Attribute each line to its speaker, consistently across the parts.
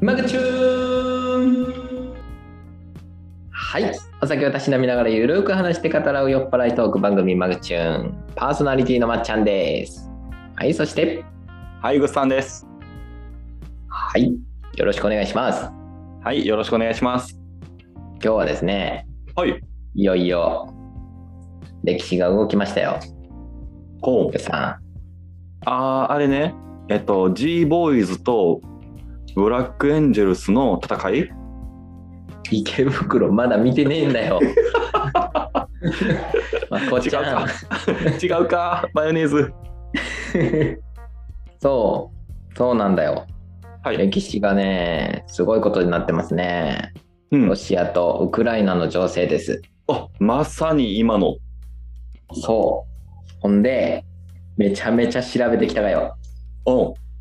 Speaker 1: マグチューンはいお酒をたしなみながらゆるく話して語らう酔っ払いトーク番組マグチューンパーソナリティのまっちゃんですはいそして
Speaker 2: はい、ぐっさんです。
Speaker 1: はいよろしくお願いします
Speaker 2: はい、よろしくお願いします。
Speaker 1: 今日はですね
Speaker 2: はい。
Speaker 1: いよいよ歴史が動きましたよ
Speaker 2: こう。
Speaker 1: さ
Speaker 2: あー、あれね。えっと、G ボーイズとブラックエンジェルスの戦い
Speaker 1: ん池袋まだ見てねえんだよまあこっ
Speaker 2: 違う
Speaker 1: ちゃ
Speaker 2: か
Speaker 1: ん。
Speaker 2: 違うか。マヨネーズ。
Speaker 1: そうそうなんだよ
Speaker 2: はい。
Speaker 1: 歴史がねすごいことになってますね
Speaker 2: うん
Speaker 1: ロ。シアとウクライナの情勢です
Speaker 2: あ、まさに今の。
Speaker 1: そうほんでめちゃめちゃ調べてきたがよ
Speaker 2: うん。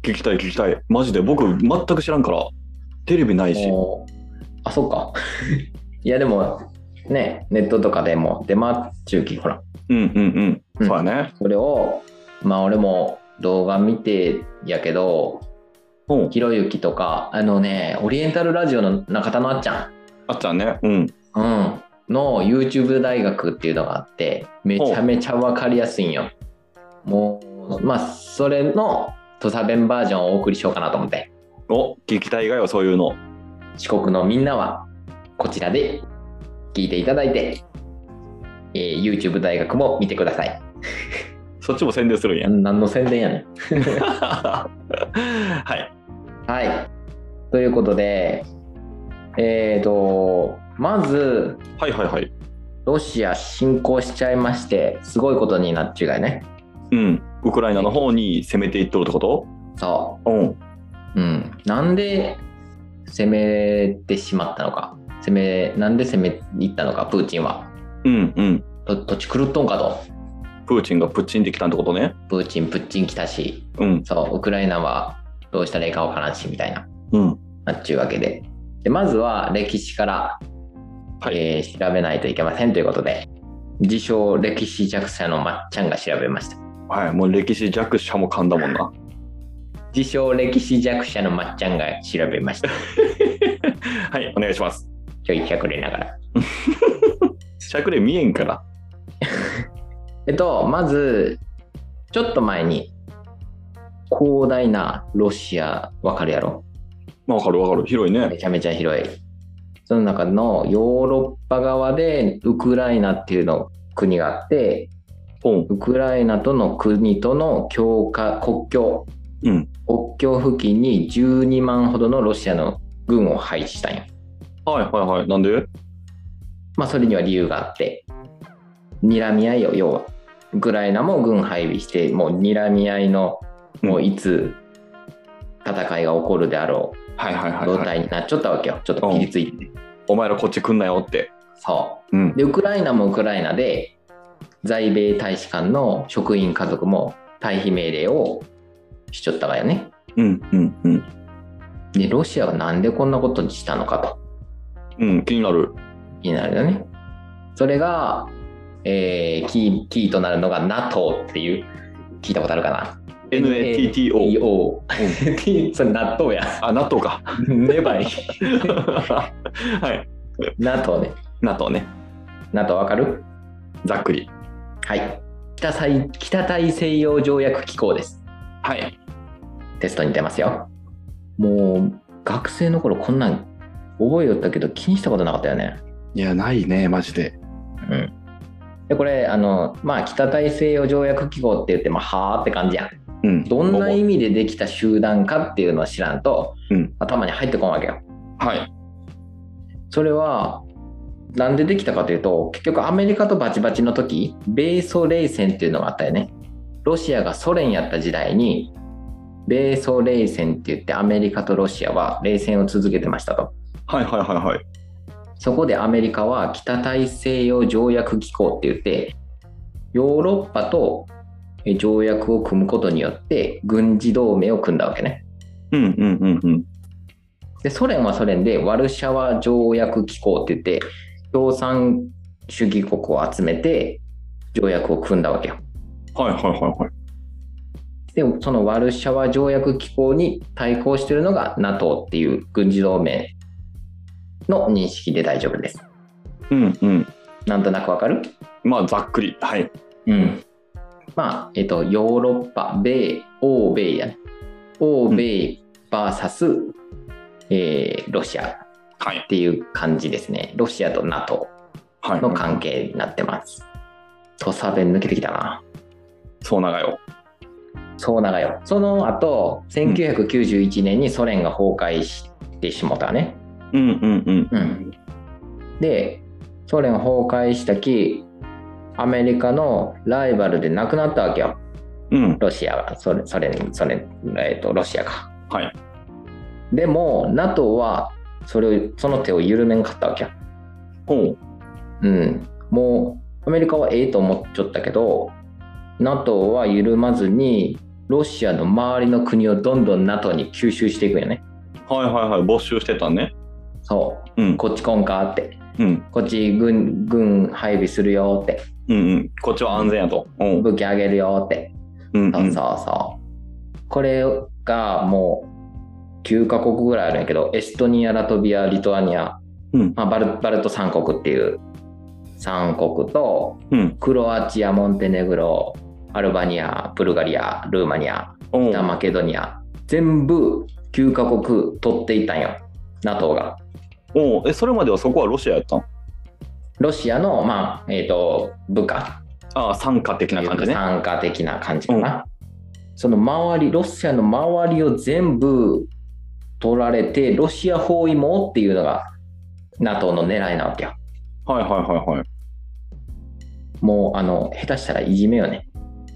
Speaker 2: 聞きたい、聞きたい。マジで、僕、全く知らんから。テレビないし。
Speaker 1: もうあそっか いやでもねネットとかでも出回っちゅうきほら、
Speaker 2: うんうん
Speaker 1: う
Speaker 2: うんん。そうやね。
Speaker 1: それをまあ俺も動画見てやけど
Speaker 2: うん。
Speaker 1: ひろゆきとかあのねオリエンタルラジオの中田のあっちゃん
Speaker 2: あっちゃんね。うん。
Speaker 1: うん、の YouTube 大学っていうのがあってめちゃめちゃ分かりやすいんよ。もうまあそれの土佐弁バージョンをお送りしようかなと思って
Speaker 2: お、聞きたいがよ、そういうの。
Speaker 1: 四国のみんなはこちらで聞いていただいて、えー YouTube 大学も見てください。
Speaker 2: そっちも宣伝するん や。
Speaker 1: 何の宣伝やね
Speaker 2: はい。
Speaker 1: ん。はい。ということでえっ、とまず
Speaker 2: はいはいはい。
Speaker 1: ロシア侵攻しちゃいましてすごいことになっちゅうがいね。
Speaker 2: うん。ウクライナの方に攻めていっとるってこと
Speaker 1: そう。
Speaker 2: うん。
Speaker 1: うん、なんで攻めてしまったのか攻めなんで攻め入ったのかプーチンは
Speaker 2: うんうん。
Speaker 1: と土地狂っとんかと
Speaker 2: プーチンがプッチンできたってことね。
Speaker 1: プーチンプッチン来たし
Speaker 2: うん
Speaker 1: そうウクライナはどうしたらいいかわからんしみたいな
Speaker 2: うん。
Speaker 1: なっちゅうわけででまずは歴史から、
Speaker 2: はい
Speaker 1: えー調べないといけませんということで自称歴史弱者のまっちゃんが調べました
Speaker 2: はい。もう歴史弱者も噛んだもんな。
Speaker 1: 自称歴史弱者のまっちゃんが調べました
Speaker 2: はい。お願いします。
Speaker 1: ちょい100れながら
Speaker 2: しゃくれ見えんから。
Speaker 1: えっと、まず、ちょっと前に、広大なロシア、わかるやろ
Speaker 2: まあわかるわかる。広い
Speaker 1: め
Speaker 2: ね。
Speaker 1: ちゃめちゃ広い。その中のヨーロッパ側でウクライナっていうの国があって、
Speaker 2: うん。
Speaker 1: ウクライナとの国との境界国境、
Speaker 2: うん。
Speaker 1: 国境付近に12万ほどのロシアの軍を配置したんよ。
Speaker 2: はいはいはい。なんで
Speaker 1: まあ、それには理由があって、睨み合いよ、要は。ウクライナも軍配備して、もう睨み合いのもう
Speaker 2: い。
Speaker 1: いつ戦いが起こるであろ
Speaker 2: はいはいうはい、
Speaker 1: 状
Speaker 2: はい。
Speaker 1: 態になっちゃったわけよ。ちょっと切りついて。
Speaker 2: お前らこっち来んなよって。
Speaker 1: そ
Speaker 2: うん
Speaker 1: う。。で、ウクライナもウクライナで、在米大使館の職員家族も退避命令をしちゃったわよね。
Speaker 2: うんうんうん。
Speaker 1: で、ロシアがなんでこんなことにしたのかと
Speaker 2: うん。気になる。
Speaker 1: 気になるよね。それが、えーキー、キーとなるのが NATO っていう、聞いたことあるかな
Speaker 2: NATTO。
Speaker 1: ?O。そ れ納豆や。
Speaker 2: あ、NATO か。
Speaker 1: ねばい。
Speaker 2: はい。
Speaker 1: NATO ね。
Speaker 2: NATO ね。
Speaker 1: NATO わかる
Speaker 2: ざっくり。
Speaker 1: はい。北大北大西洋条約機構です。
Speaker 2: はい。
Speaker 1: テストに出ますよ。もう学生の頃こんなん覚えよったけど気にしたことなかったよね。
Speaker 2: いや、ないね、マジで。
Speaker 1: うん。でこれあのまあ北大西洋条約機構って言ってもはあって感じやん。
Speaker 2: うん。
Speaker 1: どんな意味でできた集団かっていうのを知らんと、
Speaker 2: うん
Speaker 1: 頭に入ってこんわけよ。
Speaker 2: はい。
Speaker 1: それはなんでできたかというと結局アメリカとバチバチの時米ソ冷戦っていうのがあったよねロシアがソ連やった時代に米ソ冷戦って言ってアメリカとロシアは冷戦を続けてましたと
Speaker 2: はいはいはいはい。
Speaker 1: そこでアメリカは北大西洋条約機構って言ってヨーロッパと条約を組むことによって軍事同盟を組んだわけね
Speaker 2: うんうんうんうん。
Speaker 1: でソ連はソ連でワルシャワ条約機構って言って共産主義国を集めて条約を組んだわけよ。
Speaker 2: はいはいはいはい。
Speaker 1: でそのワルシャワ条約機構に対抗しているのが NATO っていう軍事同盟の認識で大丈夫です。
Speaker 2: うんうん。
Speaker 1: なんとなくわかる
Speaker 2: まあ、ざっくり。はい。
Speaker 1: うん。まあ、えっと、ヨーロッパ、米、欧米やね。欧米 VS、えーロシアっ
Speaker 2: はい。
Speaker 1: ていう感じですね。ロシアと NATO
Speaker 2: はい。
Speaker 1: の関係になってます。土佐弁抜けてきたな。
Speaker 2: そう長よ。
Speaker 1: そう長よ。その後、1991年にソ連が崩壊してしもたね。
Speaker 2: うんうんうん。
Speaker 1: うん、でソ連崩壊したきアメリカのライバルでなくなったわけよ
Speaker 2: うん。
Speaker 1: ロシアがソ連ソ連ソ連、えー、とロシアか
Speaker 2: はい
Speaker 1: でも NATO はそれをその手を緩めんかったわけよ、
Speaker 2: おう。
Speaker 1: うん、もうアメリカはええと思っちゃったけど NATO は緩まずにロシアの周りの国をどんどん NATO に吸収していくんよね
Speaker 2: はいはいはい。没収してたね。。
Speaker 1: そううんこっちこんかって
Speaker 2: うん。
Speaker 1: こっち軍軍配備するよって
Speaker 2: うんうん。こっちは安全やと。うん。
Speaker 1: 武器あげるよって、
Speaker 2: うん
Speaker 1: そうそうそうこれがもう9カ国ぐらいあるんやけどエストニアラトビアリトアニア、
Speaker 2: うん
Speaker 1: まあ、バルバルト3国っていう3国と
Speaker 2: うん。
Speaker 1: クロアチアモンテネグロアルバニアブルガリアルーマニア
Speaker 2: おう
Speaker 1: 北マケドニア全部9カ国取っていったんよ NATO が。
Speaker 2: おうえ、それまではそこはロシアやったん
Speaker 1: ロシアの、まあえー、と部下
Speaker 2: ああ、参加的な感じね。
Speaker 1: 参加的な感じかな、その周りロシアの周りを全部取られてロシア包囲網っていうのが NATO の狙いなわけよ
Speaker 2: はいはいはいはい。
Speaker 1: もうあの下手したらいじめよね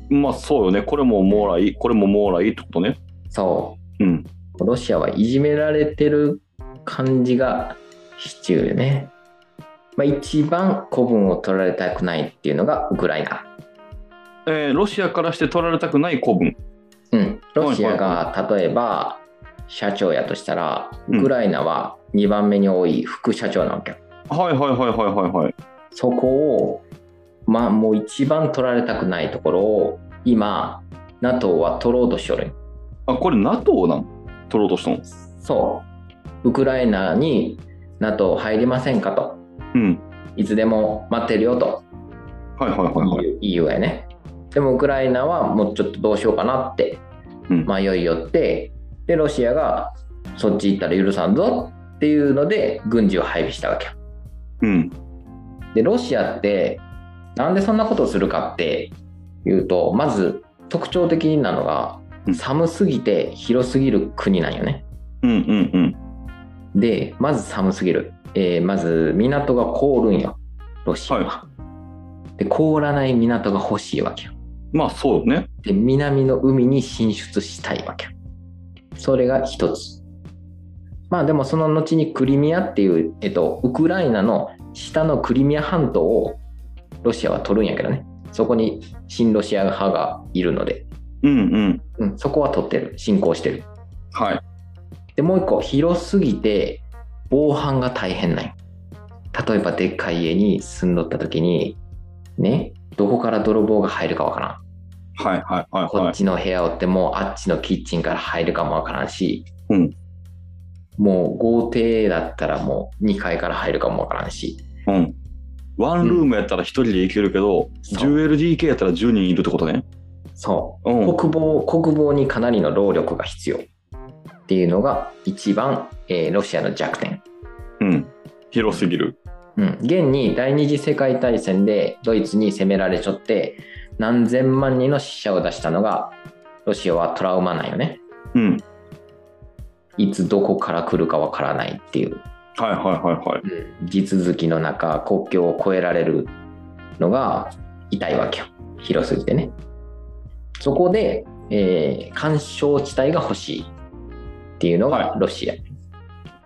Speaker 2: まあそうよね。これももらい、これももらいってことね。
Speaker 1: そ
Speaker 2: うん。
Speaker 1: うロシアはいじめられてる感じがシチューよね、まあ、一番古文を取られたくないっていうのがウクライナ
Speaker 2: えーロシアからして取られたくない古文。
Speaker 1: うん、ロシアが例えば社長やとしたら
Speaker 2: うん
Speaker 1: ウクライナは2番目に多い副社長なわけよ、
Speaker 2: はいはいはいはいはいはい。
Speaker 1: そこをまあもう一番取られたくないところを今 NATO は取ろうとしとるんよ
Speaker 2: あ、これ NATO なん取ろうとしたの
Speaker 1: そうウクライナに NATO 入りませんかと
Speaker 2: うん。
Speaker 1: いつでも待ってるよと
Speaker 2: はいはいはいはい。
Speaker 1: EU, EU やねでもウクライナはもうちょっとどうしようかなって
Speaker 2: うん
Speaker 1: 迷いよってでロシアがそっち行ったら許さんぞっていうので軍事を配備したわけよ
Speaker 2: うん。
Speaker 1: でロシアってなんでそんなことをするかっていうとまず特徴的なのが
Speaker 2: うん
Speaker 1: 寒すぎて広すぎる国なんよね
Speaker 2: うんうんうん。
Speaker 1: でまず寒すぎる、えーまず港が凍るんよロシアは、で凍らない港が欲しいわけよ
Speaker 2: まあそうよね。
Speaker 1: で南の海に進出したいわけそれが一つまあでもその後にクリミアっていう、えっと、ウクライナの下のクリミア半島をロシアは取るんやけどねそこに親ロシア派がいるので、
Speaker 2: うんうん。
Speaker 1: うん、そこは取ってる侵攻してる
Speaker 2: はい。
Speaker 1: でもう一個広すぎて防犯が大変なんよ例えばでっかい家に住んどった時にねどこから泥棒が入るかわからん
Speaker 2: はいはいはい
Speaker 1: こ
Speaker 2: は
Speaker 1: っ
Speaker 2: い。
Speaker 1: ちの部屋をってもあっちのキッチンから入るかもわからんし、
Speaker 2: うん
Speaker 1: もう豪邸だったらもう2階から入るかもわからんし
Speaker 2: うん。ワンルームやったら一人で行けるけど、
Speaker 1: そう
Speaker 2: 10LDK やったら10人いるってことね。。
Speaker 1: そううん国防国防にかなりの労力が必要っていうのが一番、えーロシアの弱点、
Speaker 2: うん。広すぎる。
Speaker 1: うん、現に第二次世界大戦でドイツに攻められちょって何千万人の死者を出したのがロシアはトラウマなんよね
Speaker 2: うん。
Speaker 1: いつどこから来るかわからないっていう
Speaker 2: はいはいはいはい。
Speaker 1: 地続きの中国境を越えられるのが痛いわけよ広すぎてねそこで、えー干渉地帯が欲しいっていうのが
Speaker 2: は
Speaker 1: ロシア、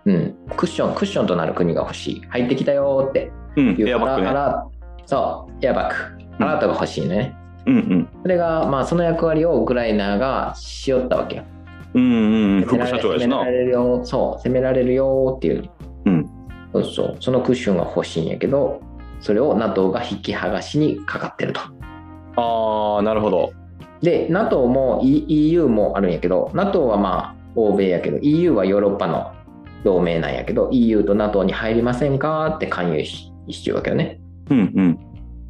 Speaker 1: うんクッションクッションとなる国が欲しい入ってきたよーって
Speaker 2: うん。
Speaker 1: いう
Speaker 2: エアバッグ
Speaker 1: ア
Speaker 2: ね。
Speaker 1: ラそうエアバッ
Speaker 2: う
Speaker 1: グ
Speaker 2: ん
Speaker 1: アラートが欲しいね、
Speaker 2: うん
Speaker 1: それがまあその役割をウクライナがしよったわけよ
Speaker 2: うん。うんうんうん。
Speaker 1: 攻め
Speaker 2: 副
Speaker 1: ら
Speaker 2: 社
Speaker 1: れ
Speaker 2: 長やしな
Speaker 1: 攻め。られるよそう攻められるよっていう、
Speaker 2: うん
Speaker 1: そうそうそのクッションが欲しいんやけどそれを NATO が引き剥がしにかかってると、
Speaker 2: ああ、なるほど。
Speaker 1: で NATO も E- EU もあるんやけど NATO はまあ欧米やけど EU はヨーロッパの同盟なんやけど EU と NATO に入りませんかって勧誘ししちゃうわけよね。
Speaker 2: うんう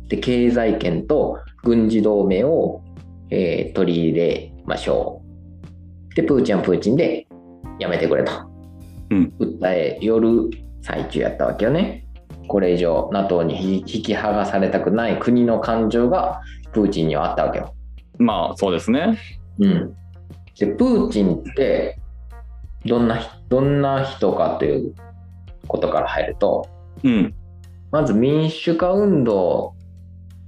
Speaker 2: ん。
Speaker 1: で経済圏と軍事同盟を、えー取り入れましょう。でプーチンはプーチンでやめてくれと、
Speaker 2: うん
Speaker 1: 訴え寄る最中やったわけよね。これ以上 NATO に引き引き剥がされたくない国の感情がプーチンにはあったわけよ。
Speaker 2: まあ、そうですね。
Speaker 1: うん、でプーチンってどんなひどんな人かということから入ると
Speaker 2: うん。
Speaker 1: まず民主化運動、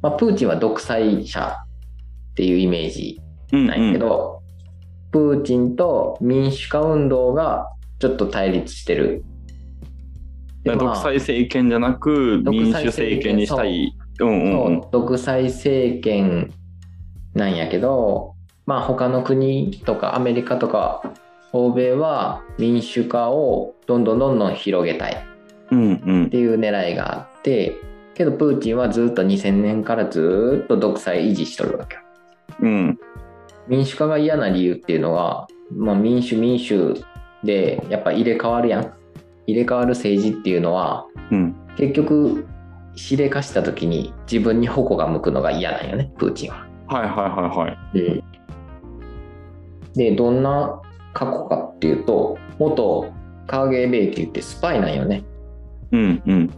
Speaker 1: まあ、プーチンは独裁者っていうイメージ
Speaker 2: うん、うん。
Speaker 1: なんやけど、プーチンと民主化運動がちょっっと対立してる。で
Speaker 2: だから
Speaker 1: まあ
Speaker 2: 独裁政権じゃなく
Speaker 1: 独裁
Speaker 2: 民主政権にしたい。うんうんうん
Speaker 1: そう独裁政権なんやけど、まあ、他の国とかアメリカとか欧米は民主化をどんどんどんどん広げたいっ
Speaker 2: うんうん
Speaker 1: ていう狙いがあってけどプーチンはずっと2000年からずっと独裁維持しとるわけよ
Speaker 2: うん
Speaker 1: 民主化が嫌な理由っていうのは、まあ、民主民主でやっぱ入れ替わるやん入れ替わる政治っていうのは
Speaker 2: うん
Speaker 1: 結局しでかした時に自分に矛が向くのが嫌なんよねプーチンは。
Speaker 2: はいはいはいはい。
Speaker 1: でどんな過去かっていうと元 KGB って言ってスパイなんよね
Speaker 2: うんうん。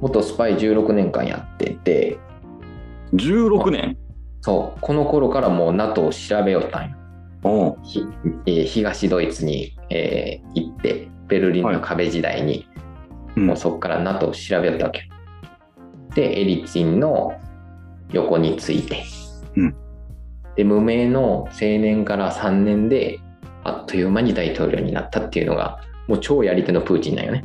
Speaker 1: 元スパイ16年間やってて
Speaker 2: 16年。
Speaker 1: そうこの頃からもう NATO を調べよったんよ
Speaker 2: おう
Speaker 1: ひえー東ドイツに、えー行ってベルリンの壁時代に、
Speaker 2: うん
Speaker 1: もうそこから NATO を調べよったわけよでエリツィンの横について、
Speaker 2: うん
Speaker 1: で無名の青年から3年であっという間に大統領になったっていうのがもう超やり手のプーチンなんよね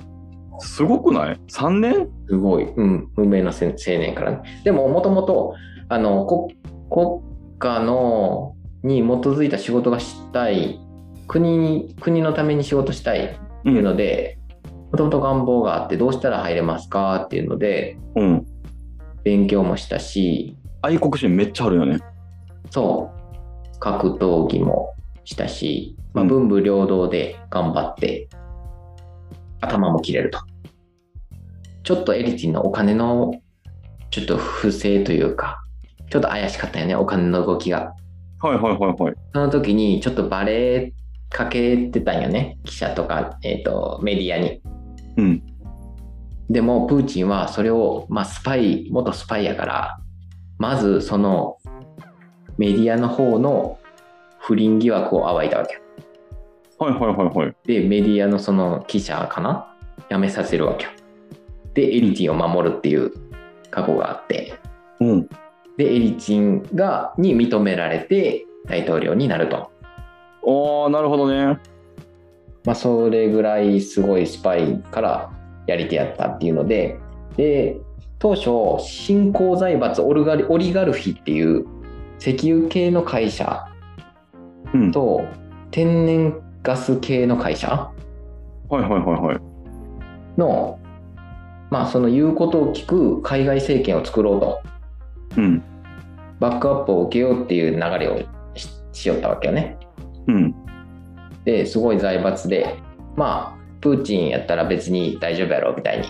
Speaker 2: すごくない ?3 年
Speaker 1: すごい、うん、無名のせ青年からねでももともとあのこ国家のに基づいた仕事がしたい国に国のために仕事したいっ
Speaker 2: う
Speaker 1: ていうんのでもともと願望があってどうしたら入れますかっていうので
Speaker 2: うん。
Speaker 1: 勉強もしたし
Speaker 2: 愛国心めっちゃあるよね。
Speaker 1: そう格闘技もしたし、まあ、
Speaker 2: うん
Speaker 1: 文武両道で頑張って、頭も切れるとちょっとエリツィンのお金のちょっと不正というかちょっと怪しかったよねお金の動きが
Speaker 2: はいはいはいはい。
Speaker 1: その時にちょっとバレかけてたんよね記者とか、えー、とメディアに
Speaker 2: うん
Speaker 1: でもプーチンはそれを、まあ、スパイ元スパイやからまずそのメディアの方の不倫疑惑を暴いたわけよ
Speaker 2: はいはいはいはい。
Speaker 1: でメディアのその記者かな辞めさせるわけよでエリチンを守るっていう過去があって
Speaker 2: うん。
Speaker 1: でエリチンがに認められて大統領になると、
Speaker 2: おー、なるほどね。
Speaker 1: まあ、それぐらいすごいスパイからやり手やったっていうのでで当初新興財閥オルガリオリガルフィっていう石油系の会社
Speaker 2: うん。
Speaker 1: と天然ガス系の会社
Speaker 2: はいはいはいはい。
Speaker 1: のまあその言うことを聞く海外政権を作ろうと
Speaker 2: うん。
Speaker 1: バックアップを受けようっていう流れをししよったわけよね。
Speaker 2: うん。
Speaker 1: ですごい財閥でまあプーチンやったら別に大丈夫やろみたいに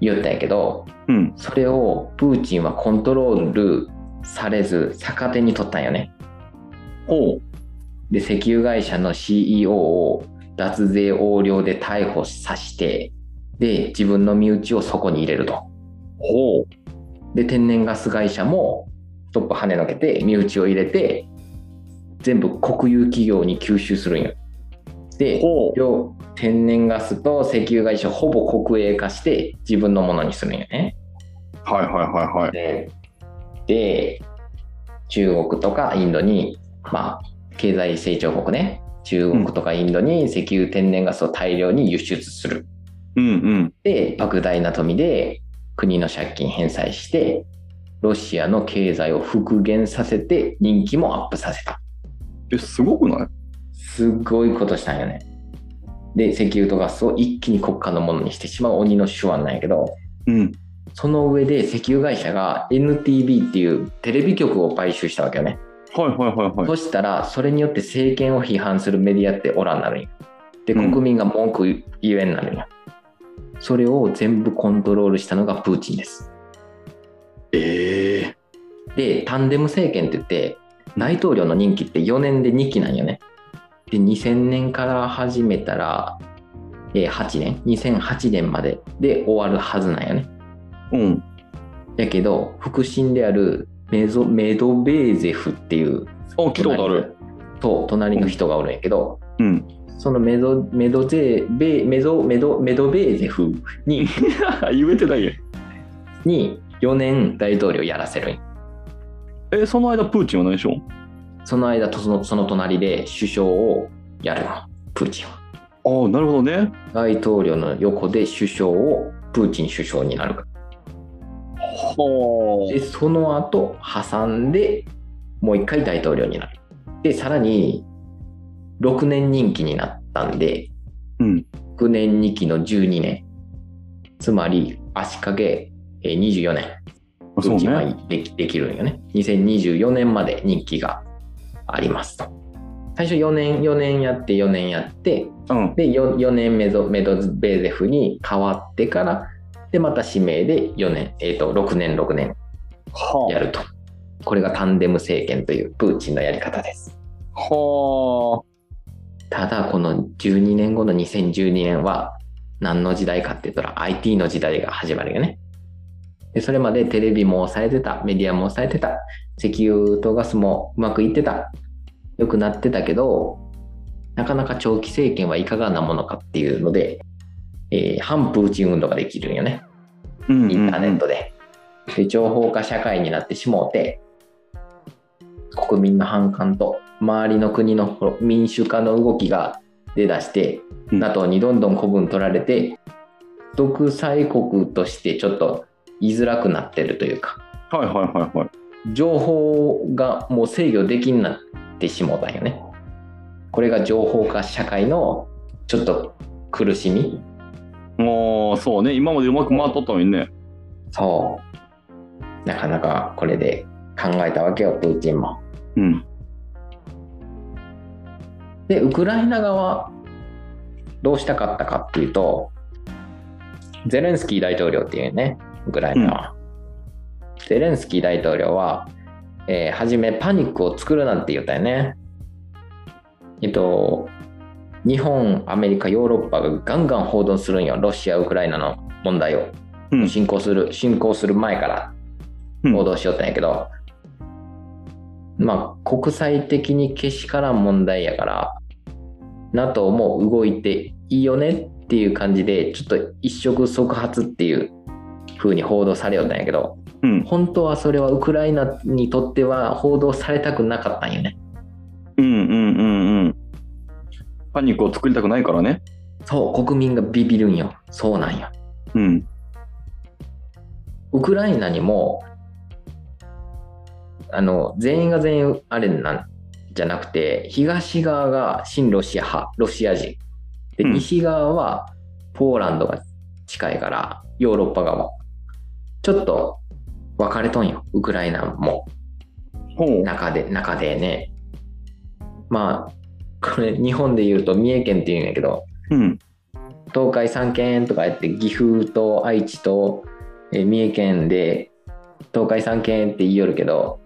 Speaker 1: 言ったんやけど
Speaker 2: うん。
Speaker 1: それをプーチンはコントロールされず逆手に取ったんよね。
Speaker 2: おう。
Speaker 1: で石油会社の CEO を脱税横領で逮捕させてで自分の身内をそこに入れると
Speaker 2: ほう。
Speaker 1: で天然ガス会社もトップ跳ねのけて身内を入れて全部国有企業に吸収するんよで
Speaker 2: ほう。
Speaker 1: 両天然ガスと石油会社をほぼ国営化して自分のものにするんよね
Speaker 2: はいはいはいはい。
Speaker 1: でで中国とかインドに、まあ、経済成長国ね中国とかインドに石油天然ガスを大量に輸出する
Speaker 2: うんうん。
Speaker 1: で莫大な富で国の借金返済してロシアの経済を復元させて人気もアップさせた
Speaker 2: え、すごくない
Speaker 1: すごいことしたんよねで石油とガスを一気に国家のものにしてしまう鬼の手腕なんやけど、
Speaker 2: うん。
Speaker 1: その上で石油会社が NTV っていうテレビ局を買収したわけよね。
Speaker 2: はいはいはいは
Speaker 1: そ
Speaker 2: い。
Speaker 1: したらそれによって政権を批判するメディアっておらんなるんよで
Speaker 2: うん
Speaker 1: 国民が文句言えんなるんよそれを全部コントロールしたのがプーチンです
Speaker 2: ええ
Speaker 1: でタンデム政権って言って大統領の任期って4年で2期なんよねで2000年から始めたら、えー8年2008年までで終わるはずなんよね
Speaker 2: うん。
Speaker 1: やけど腹心であるメゾメドベーゼフっていう
Speaker 2: あ、聞いたことある。
Speaker 1: と隣の人がおるんやけど、
Speaker 2: うん。
Speaker 1: そのメドメドゼベメゾメドメドベーゼフに
Speaker 2: 言えてないやん。
Speaker 1: に4年大統領やらせるん
Speaker 2: え、その間プーチンは何でしょ
Speaker 1: その間とそのその隣で首相をやるのプーチンは
Speaker 2: ああ、なるほどね。
Speaker 1: 大統領の横で首相をプーチン首相になる
Speaker 2: は
Speaker 1: でその後挟んでもう一回大統領になるでさらに6年任期になったんで
Speaker 2: あ。うん。
Speaker 1: 6年2期の12年つまり足掛けえー24年
Speaker 2: あそう
Speaker 1: プーチンは
Speaker 2: ね。
Speaker 1: できできるんよね。2024年まで任期がありますと。最初4年、4年やって、4年やって、
Speaker 2: うん。
Speaker 1: で、4, 4年メドメドベーゼフに変わってから、で、また指名で4年、えっ、と、6年、6年や
Speaker 2: は
Speaker 1: ると。これがタンデム政権というプーチンのやり方です。
Speaker 2: あ。は
Speaker 1: ただ、この12年後の2012年は、何の時代かって言ったら IT の時代が始まるよね。でそれまでテレビも抑えてた、メディアも抑えてた、石油とガスもうまくいってた、良くなってたけど、なかなか長期政権はいかがなものかっていうので、えー反プーチン運動ができるんよね、
Speaker 2: あ。うん。
Speaker 1: インターネッ
Speaker 2: ト。
Speaker 1: トで。で、情報化社会になってしもうて、国民の反感と周りの国のこの民主化の動きが出だして、
Speaker 2: うん
Speaker 1: NATO にどんどん古文取られて独裁国としてちょっと居づらくなってるというか
Speaker 2: はいはいはいはい。
Speaker 1: 情報がもう制御できんなってしもうたんよねこれが情報化社会のちょっと苦しみ
Speaker 2: ああ、そうね。今までうまく回っとったのにね。
Speaker 1: そうなかなかこれで考えたわけよプーチンも
Speaker 2: うん。
Speaker 1: でウクライナ側どうしたかったかっていうとゼレンスキー大統領っていうねウクライナは、ゼレンスキー大統領は、えー初めパニックを作るなんて言ったよねえっと日本アメリカヨーロッパがガンガン報道するんよロシアウクライナの問題を
Speaker 2: うん。
Speaker 1: 侵攻する侵攻する前から
Speaker 2: うん
Speaker 1: 報道しよったんやけど、まあ国際的にけしからん問題やから NATO も動いていいよねっていう感じでちょっと一触即発っていう風に報道されよったんやけど
Speaker 2: うん。
Speaker 1: 本当はそれはウクライナにとっては報道されたくなかったんよね
Speaker 2: うんうんうんうん。パニックを作りたくないからね。
Speaker 1: そう国民がビビるんよそうなんよ
Speaker 2: うん。
Speaker 1: ウクライナにもあの全員が全員あれなんじゃなくて東側が親ロシア派ロシア人で
Speaker 2: うん
Speaker 1: 西側はポーランドが近いからヨーロッパ側ちょっと分かれとんよウクライナも
Speaker 2: ほう。
Speaker 1: 中で中でねまあこれ日本で言うと三重県って言うんやけど
Speaker 2: うん。
Speaker 1: 東海3県とかやって岐阜と愛知と、えー三重県で東海3県って言いよるけど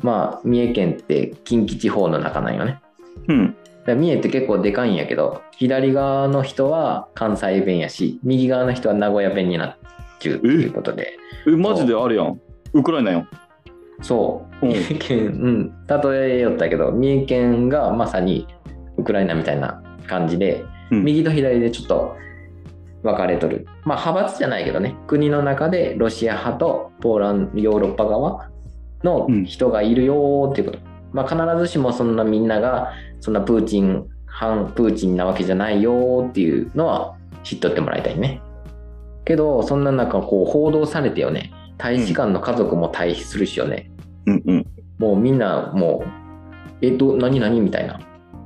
Speaker 1: まあ三重県って近畿地方の中なんよね
Speaker 2: うん。
Speaker 1: だから三重って結構でかいんやけど左側の人は関西弁やし右側の人は名古屋弁になっちゅうということで
Speaker 2: え、マジであれやん。ウクライナやん。
Speaker 1: そう
Speaker 2: うん
Speaker 1: 三重県うん例えよったけど三重県がまさにウクライナみたいな感じで
Speaker 2: うん
Speaker 1: 右と左でちょっと分かれとるまあ派閥じゃないけどね国の中でロシア派とポーランヨーロッパ側の人がいるよーっていうこと、まあ必ずしもそんなみんながそんなプーチン反プーチンなわけじゃないよーっていうのは知っとってもらいたいねけどそんな中こう報道されてよね大使館の家族も退避するしよね、
Speaker 2: うんうん。
Speaker 1: もうみんなもう、え、ど、何何みたいな。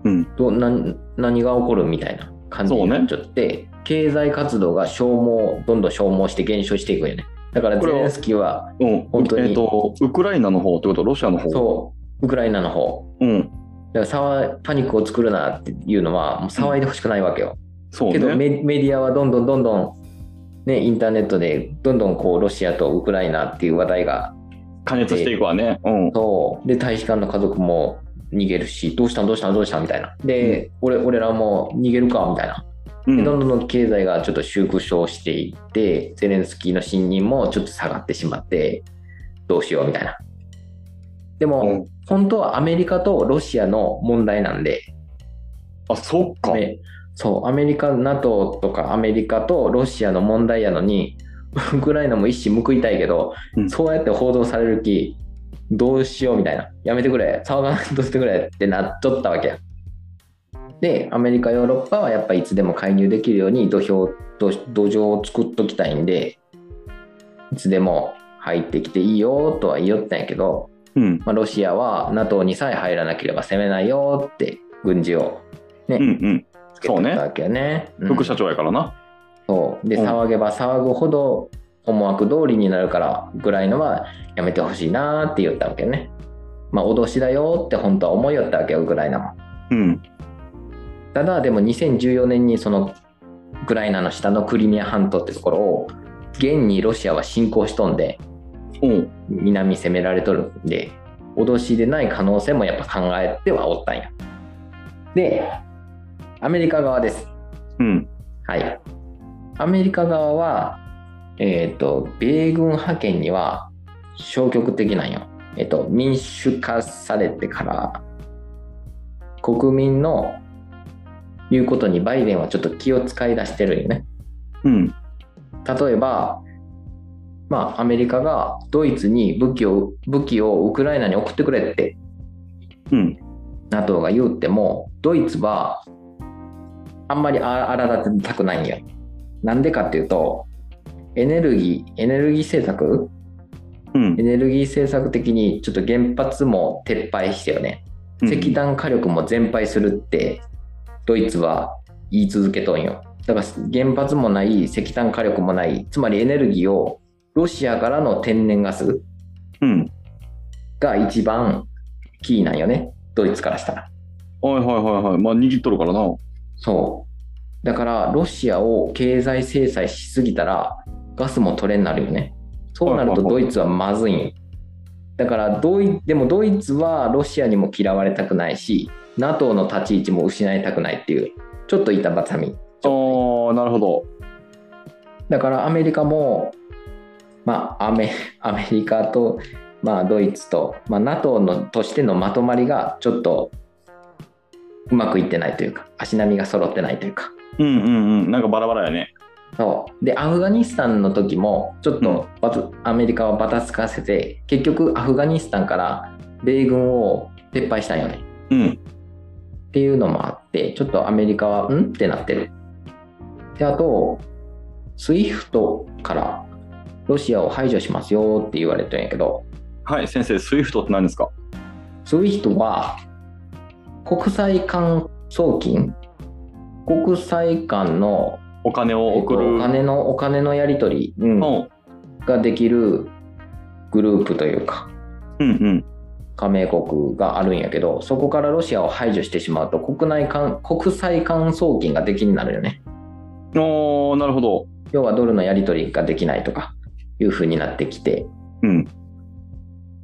Speaker 2: うん
Speaker 1: ど何、何が起こるみたいな感じになっちゃって、経済活動が消耗、どんどん消耗して減少していくよね。だからゼ
Speaker 2: これは
Speaker 1: レンスキーは、
Speaker 2: うん、
Speaker 1: 本当に
Speaker 2: えっ、と、ウクライナの方ってこと、ロシアの方。
Speaker 1: そウクライナの方
Speaker 2: うん。
Speaker 1: だから騒いパニックを作るなっていうのはもう騒いでほしくないわけよ、
Speaker 2: そう
Speaker 1: けど
Speaker 2: ね。
Speaker 1: メメディアはどんどんどんどん、ね、インターネットでどんどんこうロシアとウクライナっていう話題が
Speaker 2: 加熱していくわね。うん。
Speaker 1: そうで大使館の家族も逃げるしどうしたんどうしたんどうしたんみたいなで、俺俺らも逃げるかみたいな
Speaker 2: う
Speaker 1: で
Speaker 2: ん
Speaker 1: どんどんどん経済がちょっと縮小していってゼレンスキーの信任もちょっと下がってしまってどうしようみたいなでも、
Speaker 2: うん
Speaker 1: 本当はアメリカとロシアの問題なんで
Speaker 2: あ、そっか。
Speaker 1: ねそうアメリカ NATO とかアメリカとロシアの問題やのに ウクライナも一矢報いたいけど、
Speaker 2: うん
Speaker 1: そうやって報道されるきどうしようみたいなやめてくれ騒がないとしてくれってなっとったわけやでアメリカヨーロッパはやっぱいつでも介入できるように土俵土土壌を作っときたいんでいつでも入ってきていいよとは言いよったんやけど
Speaker 2: うん。
Speaker 1: まあ、ロシアは NATO にさえ入らなければ攻めないよって軍事を
Speaker 2: うんうん。
Speaker 1: つけてたわけよね。うん
Speaker 2: 副社長やからな。
Speaker 1: そうで
Speaker 2: うん
Speaker 1: 騒げば騒ぐほど思惑通りになるからぐらいのはやめてほしいなって言ったわけよね。まあ脅しだよって本当は思いよったわけよウクライナも。
Speaker 2: うん。
Speaker 1: ただでも2014年にそのウクライナの下のクリミア半島ってところを現にロシアは侵攻しとんで
Speaker 2: うん。
Speaker 1: 南攻められとるんで脅しでない可能性もやっぱ考えてはおったんやでアメリカ側です
Speaker 2: うん。
Speaker 1: はいアメリカ側はえっ、と米軍派遣には消極的なんよえっ、と民主化されてから国民の言うことにバイデンはちょっと気を使い出してるんよね
Speaker 2: うん。
Speaker 1: 例えば、まあ、アメリカがドイツに武器を武器をウクライナに送ってくれって
Speaker 2: うん。
Speaker 1: NATO が言うてもドイツはあんまりあ荒立てたくないんよ。なんでかっていうとエネルギーエネルギー政策
Speaker 2: うん
Speaker 1: エ。ネルギー政策的にちょっと原発も撤廃してよね石炭火力も全廃するってドイツは言い続けとんよだから原発もない石炭火力もないつまりエネルギーをロシアからの天然ガス
Speaker 2: うん。
Speaker 1: が一番キーなんよねドイツからしたら
Speaker 2: はいはいはいはい。まあ、握っとるからな。
Speaker 1: そうだからロシアを経済制裁しすぎたらガスも取れになるよねそうなるとドイツはまずいんだからドイでもドイツはロシアにも嫌われたくないし NATO の立ち位置も失いたくないっていうちょっと板挟み
Speaker 2: ああ、なるほど。
Speaker 1: だからアメリカもまあアメ アメリカと、まあ、ドイツと、まあ、NATO のとしてのまとまりがちょっとうまくいってないというか足並みが揃ってないというか
Speaker 2: うんうんうん。なんかバラバラやね。
Speaker 1: そうでアフガニスタンの時もちょっとバタアメリカはバタつかせて結局アフガニスタンから米軍を撤廃したんよね
Speaker 2: うん。
Speaker 1: っていうのもあってちょっとアメリカはんってなってるであと SWIFT からロシアを排除しますよって言われてるんやけど
Speaker 2: はい、先生、スイフトって何ですか
Speaker 1: SWIFT は国際間送金国際間の
Speaker 2: お金を送
Speaker 1: えっと
Speaker 2: る。
Speaker 1: お金のお金のやり取り、うん
Speaker 2: の
Speaker 1: ができるグループというか
Speaker 2: うんうん。
Speaker 1: 加盟国があるんやけどそこからロシアを排除してしまうと国内間国際間送金ができになるよね
Speaker 2: おーなるほど。
Speaker 1: 要はドルのやり取りができないとかいう風になってきて
Speaker 2: うん。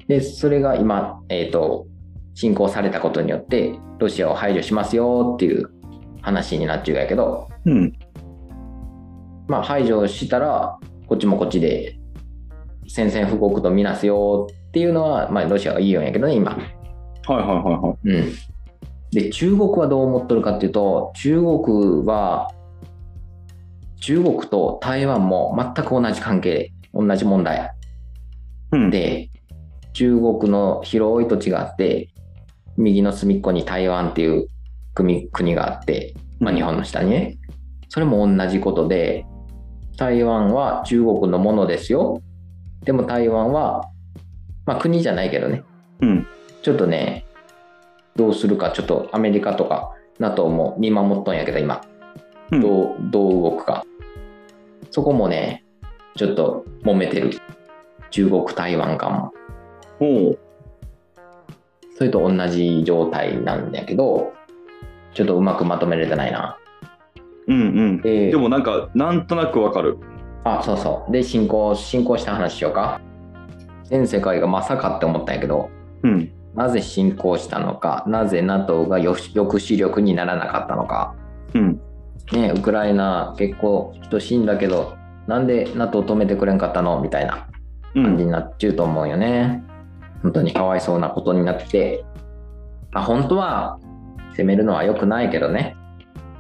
Speaker 1: でそれが今、えー、と侵攻されたことによってロシアを排除しますよっていう話になっちゅうやけど
Speaker 2: うん。
Speaker 1: まあ排除したらこっちもこっちで宣戦布告とみなすよっていうのは、まあ、ロシアが言いようんやけどね今。
Speaker 2: はいはいはいはい。
Speaker 1: うん、で中国はどう思っとるかっていうと中国は中国と台湾も全く同じ関係同じ問題
Speaker 2: うん。
Speaker 1: で中国の広い土地があって右の隅っこに台湾っていう国国があって、まあ、日本の下にねそれも同じことで台湾は中国のものですよでも台湾は、まあ、国じゃないけどね
Speaker 2: うん。
Speaker 1: ちょっとね、どうするか、ちょっとアメリカとか NATO も見守っとんやけど、今、
Speaker 2: うん
Speaker 1: どうどう動くか。そこもね、ちょっと揉めてる。中国、台湾間も。
Speaker 2: おー
Speaker 1: それと同じ状態なんだけどちょっとうまくまとめれてないな。
Speaker 2: うんうん。
Speaker 1: で
Speaker 2: でもなんか、なんとなくわかる。
Speaker 1: あそうそうで進行進行した話しようか全世界がまさかって思ったんやけど
Speaker 2: うん。
Speaker 1: なぜ進行したのかなぜ NATO が抑抑止力にならなかったのか
Speaker 2: うん。
Speaker 1: ねウクライナ結構人死んだけどなんで NATO 止めてくれんかったのみたいな
Speaker 2: う
Speaker 1: 感じ
Speaker 2: ん。
Speaker 1: になっちゃうと思うよね本当にかわいそうなことになっててまあ本当は攻めるのは良くないけどね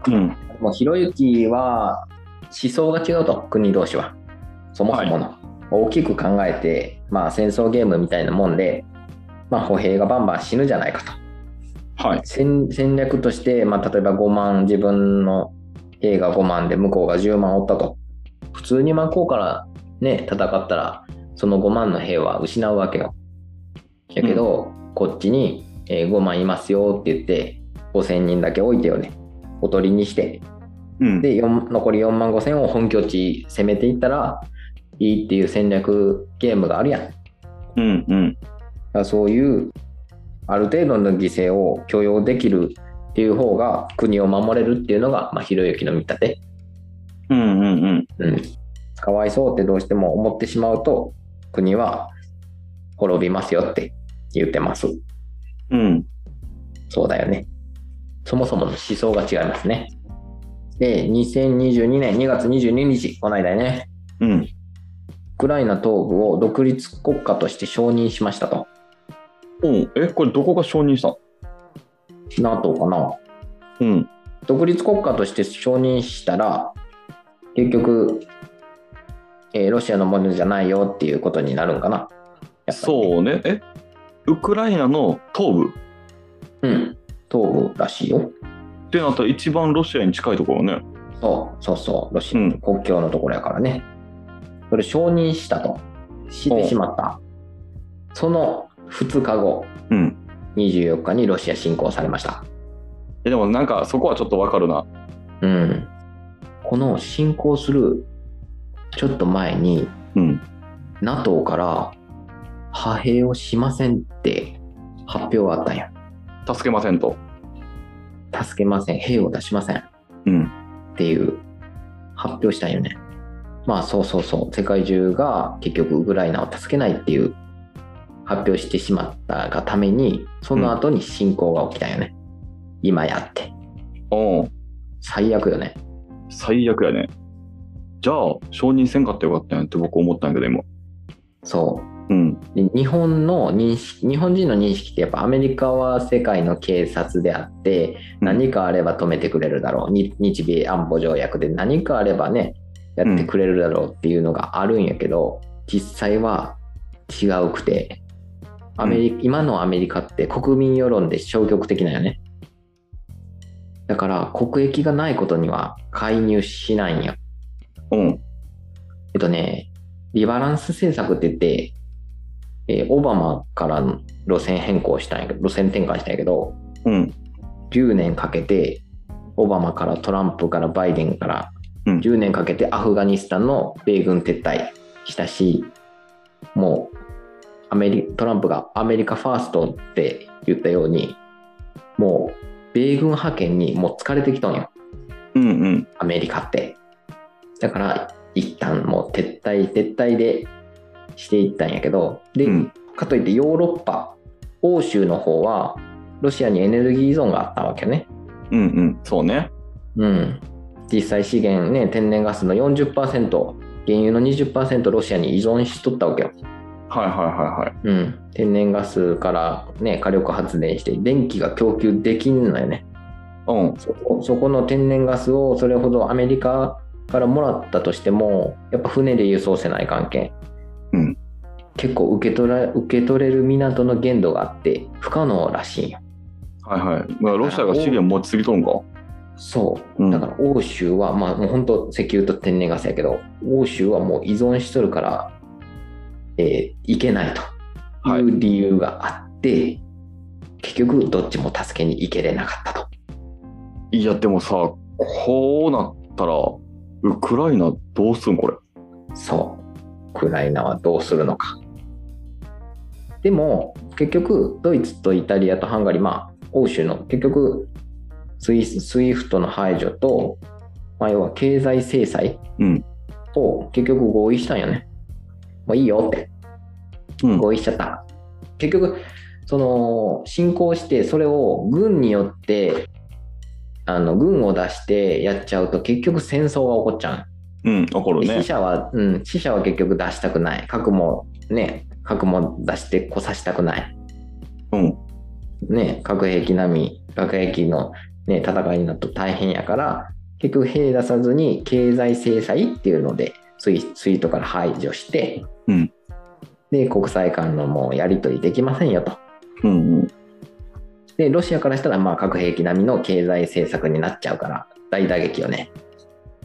Speaker 2: うん。
Speaker 1: もうひろゆきは思想が違うと国同士はそもそもの、大きく考えて、まあ、戦争ゲームみたいなもんで、まあ、歩兵がバンバン死ぬじゃないかと
Speaker 2: はい。
Speaker 1: 戦戦略として、まあ、例えば5万自分の兵が5万で向こうが10万おったと普通に真っ向からね戦ったらその5万の兵は失うわけよやけど、こっちに、えー5万いますよって言って5000人だけ置いてよねおとりにして
Speaker 2: うん。
Speaker 1: で四残り4万5千を本拠地攻めていったらいいっていう戦略ゲームがあるやんだか
Speaker 2: うんうん。
Speaker 1: らそういうある程度の犠牲を許容できるっていう方が国を守れるっていうのが、まあ、ひろゆきの見立て、
Speaker 2: うんうんうん。
Speaker 1: うん、かわいそうってどうしても思ってしまうと国は滅びますよって言ってます
Speaker 2: うん。
Speaker 1: そうだよね。そもそもの思想が違いますね。で、2022年2月22日、この間ね、
Speaker 2: うん。
Speaker 1: ウクライナ東部を独立国家として承認しましたと。
Speaker 2: うん。え、これどこが承認した
Speaker 1: NATO かな。
Speaker 2: うん。
Speaker 1: 独立国家として承認したら、結局、えーロシアのものじゃないよっていうことになるんかな。やっぱりね
Speaker 2: そうね。え、ウクライナの東部
Speaker 1: うん。東部らしいよ。
Speaker 2: ってなったら一番ロシアに近いところね。
Speaker 1: そうそうそう。ロシ
Speaker 2: う
Speaker 1: ア
Speaker 2: ん
Speaker 1: 国境のところやからね。それ承認したと。してしまった。その2日後、
Speaker 2: うん。
Speaker 1: 24日にロシア侵攻されました。
Speaker 2: えでもなんかそこはちょっとわかるな。
Speaker 1: うん、この侵攻するちょっと前に
Speaker 2: うん。
Speaker 1: NATO から派兵をしませんって発表があったんや
Speaker 2: 助けませんと。
Speaker 1: 助けません兵を出しませんっ
Speaker 2: うん。
Speaker 1: ていう発表したんよねまあそうそうそう世界中が結局ウクライナを助けないっていう発表してしまったがためにその後に侵攻が起きたんよね、今やって
Speaker 2: おう
Speaker 1: 最悪よね
Speaker 2: 最悪やね。じゃあ、承認せんかったらよかったやんって僕思ったんやけど、今。
Speaker 1: そう
Speaker 2: うん。
Speaker 1: で日本の認識日本人の認識ってやっぱアメリカは世界の警察であって何かあれば止めてくれるだろう、に日米安保条約で何かあればねやってくれるだろうっていうのがあるんやけど、実際は違うくてアメリ、今のアメリカって国民世論で消極的なんよねだから国益がないことには介入しないんよ
Speaker 2: うん。
Speaker 1: えっとね、リバランス政策って言って、えーオバマからの路線変更したんやけど、路線転換したんやけど、
Speaker 2: うん。
Speaker 1: 10年かけて、オバマからトランプからバイデンから、
Speaker 2: うん
Speaker 1: 10年かけてアフガニスタンの米軍撤退したし、もうアメリ、トランプがアメリカファーストって言ったように、もう米軍派遣にもう疲れてきたんよ。
Speaker 2: うんうん。
Speaker 1: アメリカって。だから、一旦もう撤退、撤退でしていったんやけど、で、
Speaker 2: うん
Speaker 1: かといってヨーロッパ、欧州の方は、ロシアにエネルギー依存があったわけね。
Speaker 2: うんうん。そうね。
Speaker 1: うん。実際資源ね、天然ガスの40%、原油の20%ロシアに依存しとったわけよ。
Speaker 2: はいはいはいはい。
Speaker 1: うん。天然ガスからね、火力発電して、電気が供給できんのよね。
Speaker 2: うん。
Speaker 1: そこそこの天然ガスをそれほどアメリカからもらったとしてもやっぱ船で輸送せない関係、
Speaker 2: うん
Speaker 1: 結構受け取ら受け取れる港の限度があって不可能らしいんよ
Speaker 2: はいはい。まあ、ロシアが資源持ちすぎとんか。。
Speaker 1: そううんだから欧州は、まあもう本当石油と天然ガスやけど欧州はもう依存しとるから、えーいけないと
Speaker 2: はいいう
Speaker 1: 理由があって、結局どっちも助けに行けれなかったと
Speaker 2: いや、でもさ、こうなったら、ウクライナどうすんこれ。
Speaker 1: そうウクライナはどうするのかでも結局ドイツとイタリアとハンガリーまあ欧州の結局スイスイフトの排除と、まあ、要は経済制裁
Speaker 2: うん
Speaker 1: を結局合意したんよね。もういいよって
Speaker 2: うん
Speaker 1: 合意しちゃった。結局その侵攻してそれを軍によってあの軍を出してやっちゃうと結局戦争が起こっちゃう。
Speaker 2: うん怒る
Speaker 1: で
Speaker 2: ね
Speaker 1: 死者は、うん、死者は結局出したくない。核もね、核も出してこさしたくない。
Speaker 2: うん
Speaker 1: ね、核兵器並み、核兵器の、ね、戦いになると大変やから、結局兵出さずに経済制裁っていうのでツイ、ツイートから排除して、
Speaker 2: うん
Speaker 1: で、国際間のもうやり取りできませんよと。
Speaker 2: うんうん
Speaker 1: で、ロシアからしたら、まあ、核兵器並みの経済政策になっちゃうから、大打撃よね。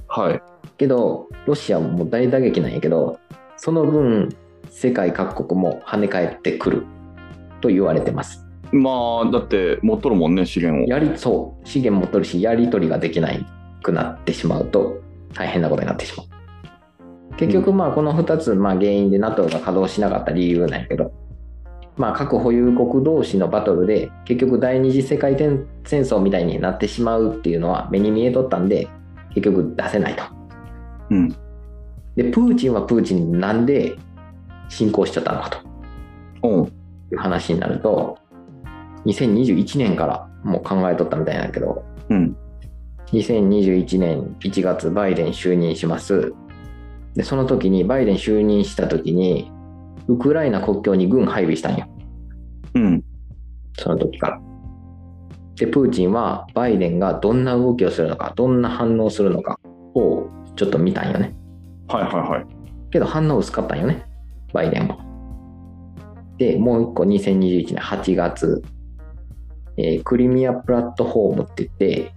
Speaker 2: はい
Speaker 1: けどロシアももう大打撃なんやけどその分世界各国も跳ね返ってくると言われてます
Speaker 2: まあだって持っとるもんね資源を
Speaker 1: やりそう資源も取るしやり取りができなくなってしまうと大変なことになってしまう結局まあこの2つまあ原因で NATO が稼働しなかった理由なんやけどまあ核保有国同士のバトルで結局第二次世界戦争みたいになってしまうっていうのは目に見えとったんで結局出せないと
Speaker 2: うん
Speaker 1: でプーチンはプーチンなんで侵攻しちゃったのかと
Speaker 2: うん
Speaker 1: いう話になると2021年からもう考えとったみたいなんやけど
Speaker 2: うん
Speaker 1: 2021年1月バイデン就任しますでその時にバイデン就任した時にウクライナ国境に軍配備したんよ
Speaker 2: うん
Speaker 1: その時からでプーチンはバイデンがどんな動きをするのかどんな反応するのかをちょっと見たんよね
Speaker 2: はいはいはい
Speaker 1: けど反応薄かったんよね、バイデンは。で、もう一個2021年8月、えークリミアプラットフォームって言って、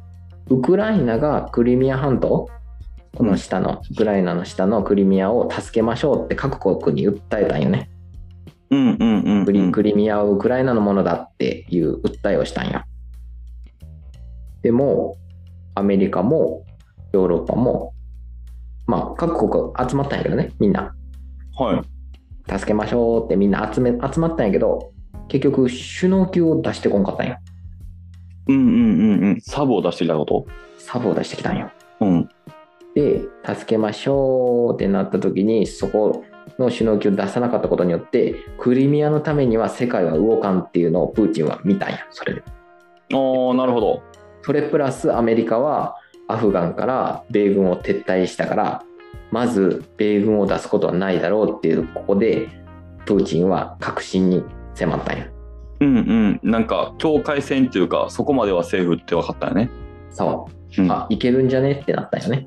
Speaker 1: ウクライナがクリミア半島、この下の、ウクライナの下のクリミアを助けましょうって各国に訴えたんよね。
Speaker 2: うんうんうん
Speaker 1: ク
Speaker 2: う
Speaker 1: リ
Speaker 2: ん
Speaker 1: クリミアはウクライナのものだっていう訴えをしたんや。でも、アメリカもヨーロッパも、まあ、各国集まったんやけどね、みんな。
Speaker 2: はい
Speaker 1: 助けましょうってみんな集め集まったんやけど結局首脳級を出してこんかったんよ
Speaker 2: うんうんうんうんサブを出してきたこ
Speaker 1: サブを出してきたんよ
Speaker 2: とうん
Speaker 1: で助けましょうってなった時にそこの首脳級を出さなかったことによってクリミアのためには世界は動かんっていうのをプーチンは見たんやそれで
Speaker 2: ああなるほど
Speaker 1: それプラスアメリカはアフガンから米軍を撤退したからまず米軍を出すことはないだろうっていうここでプーチンは確信に迫ったんや
Speaker 2: うんうんなんか境界線っていうかそこまではセーフって分かったよね
Speaker 1: そう
Speaker 2: うん
Speaker 1: あ、いけるんじゃねってなったよね。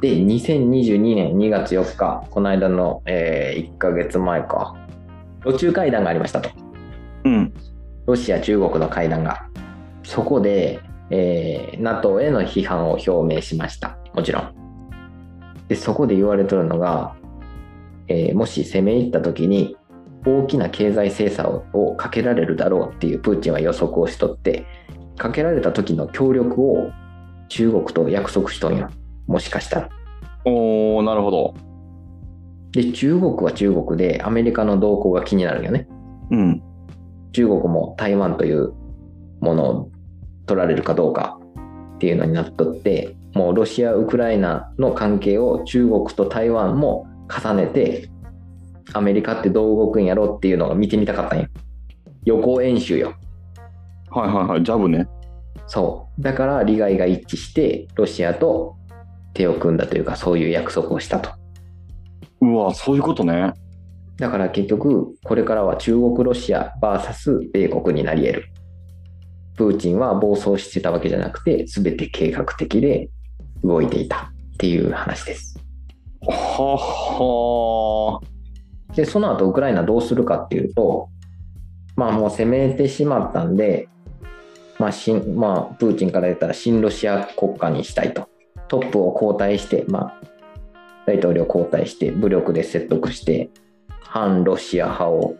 Speaker 1: で、2022年2月4日、この間の、え1ヶ月前か、路中会談がありましたと。
Speaker 2: うん
Speaker 1: ロシア、中国の会談が。そこで、えー NATO への批判を表明しました。もちろん。で、そこで言われとるのが、えーもし攻め入った時に、大きな経済制裁ををかけられるだろうっていうプーチンは予測をしとって、かけられた時の協力を中国と約束しとんよ。もしかしたら。
Speaker 2: おおなるほど
Speaker 1: で、中国は中国でアメリカの動向が気になるよね。
Speaker 2: うん
Speaker 1: 中国も台湾というものを取られるかどうかっていうのになっとってもうロシア・ウクライナの関係を中国と台湾も重ねてアメリカってどう動くんやろっていうのが見てみたかったんよ予行演習よ
Speaker 2: はいはいはいジャブね
Speaker 1: そうだから利害が一致してロシアと手を組んだというかそういう約束をしたと
Speaker 2: うわそういうことね
Speaker 1: だから結局、これからは中国、ロシア VS 米国になり得る。プーチンは暴走してたわけじゃなくて、すべて計画的で動いていたっていう話です。
Speaker 2: はは
Speaker 1: で、その後、ウクライナどうするかっていうと、まあもう攻めてしまったんで、まあ、新まあ、プーチンから言ったら、新ロシア国家にしたいと。トップを交代して、まあ、大統領交代して、武力で説得して、反ロシア派を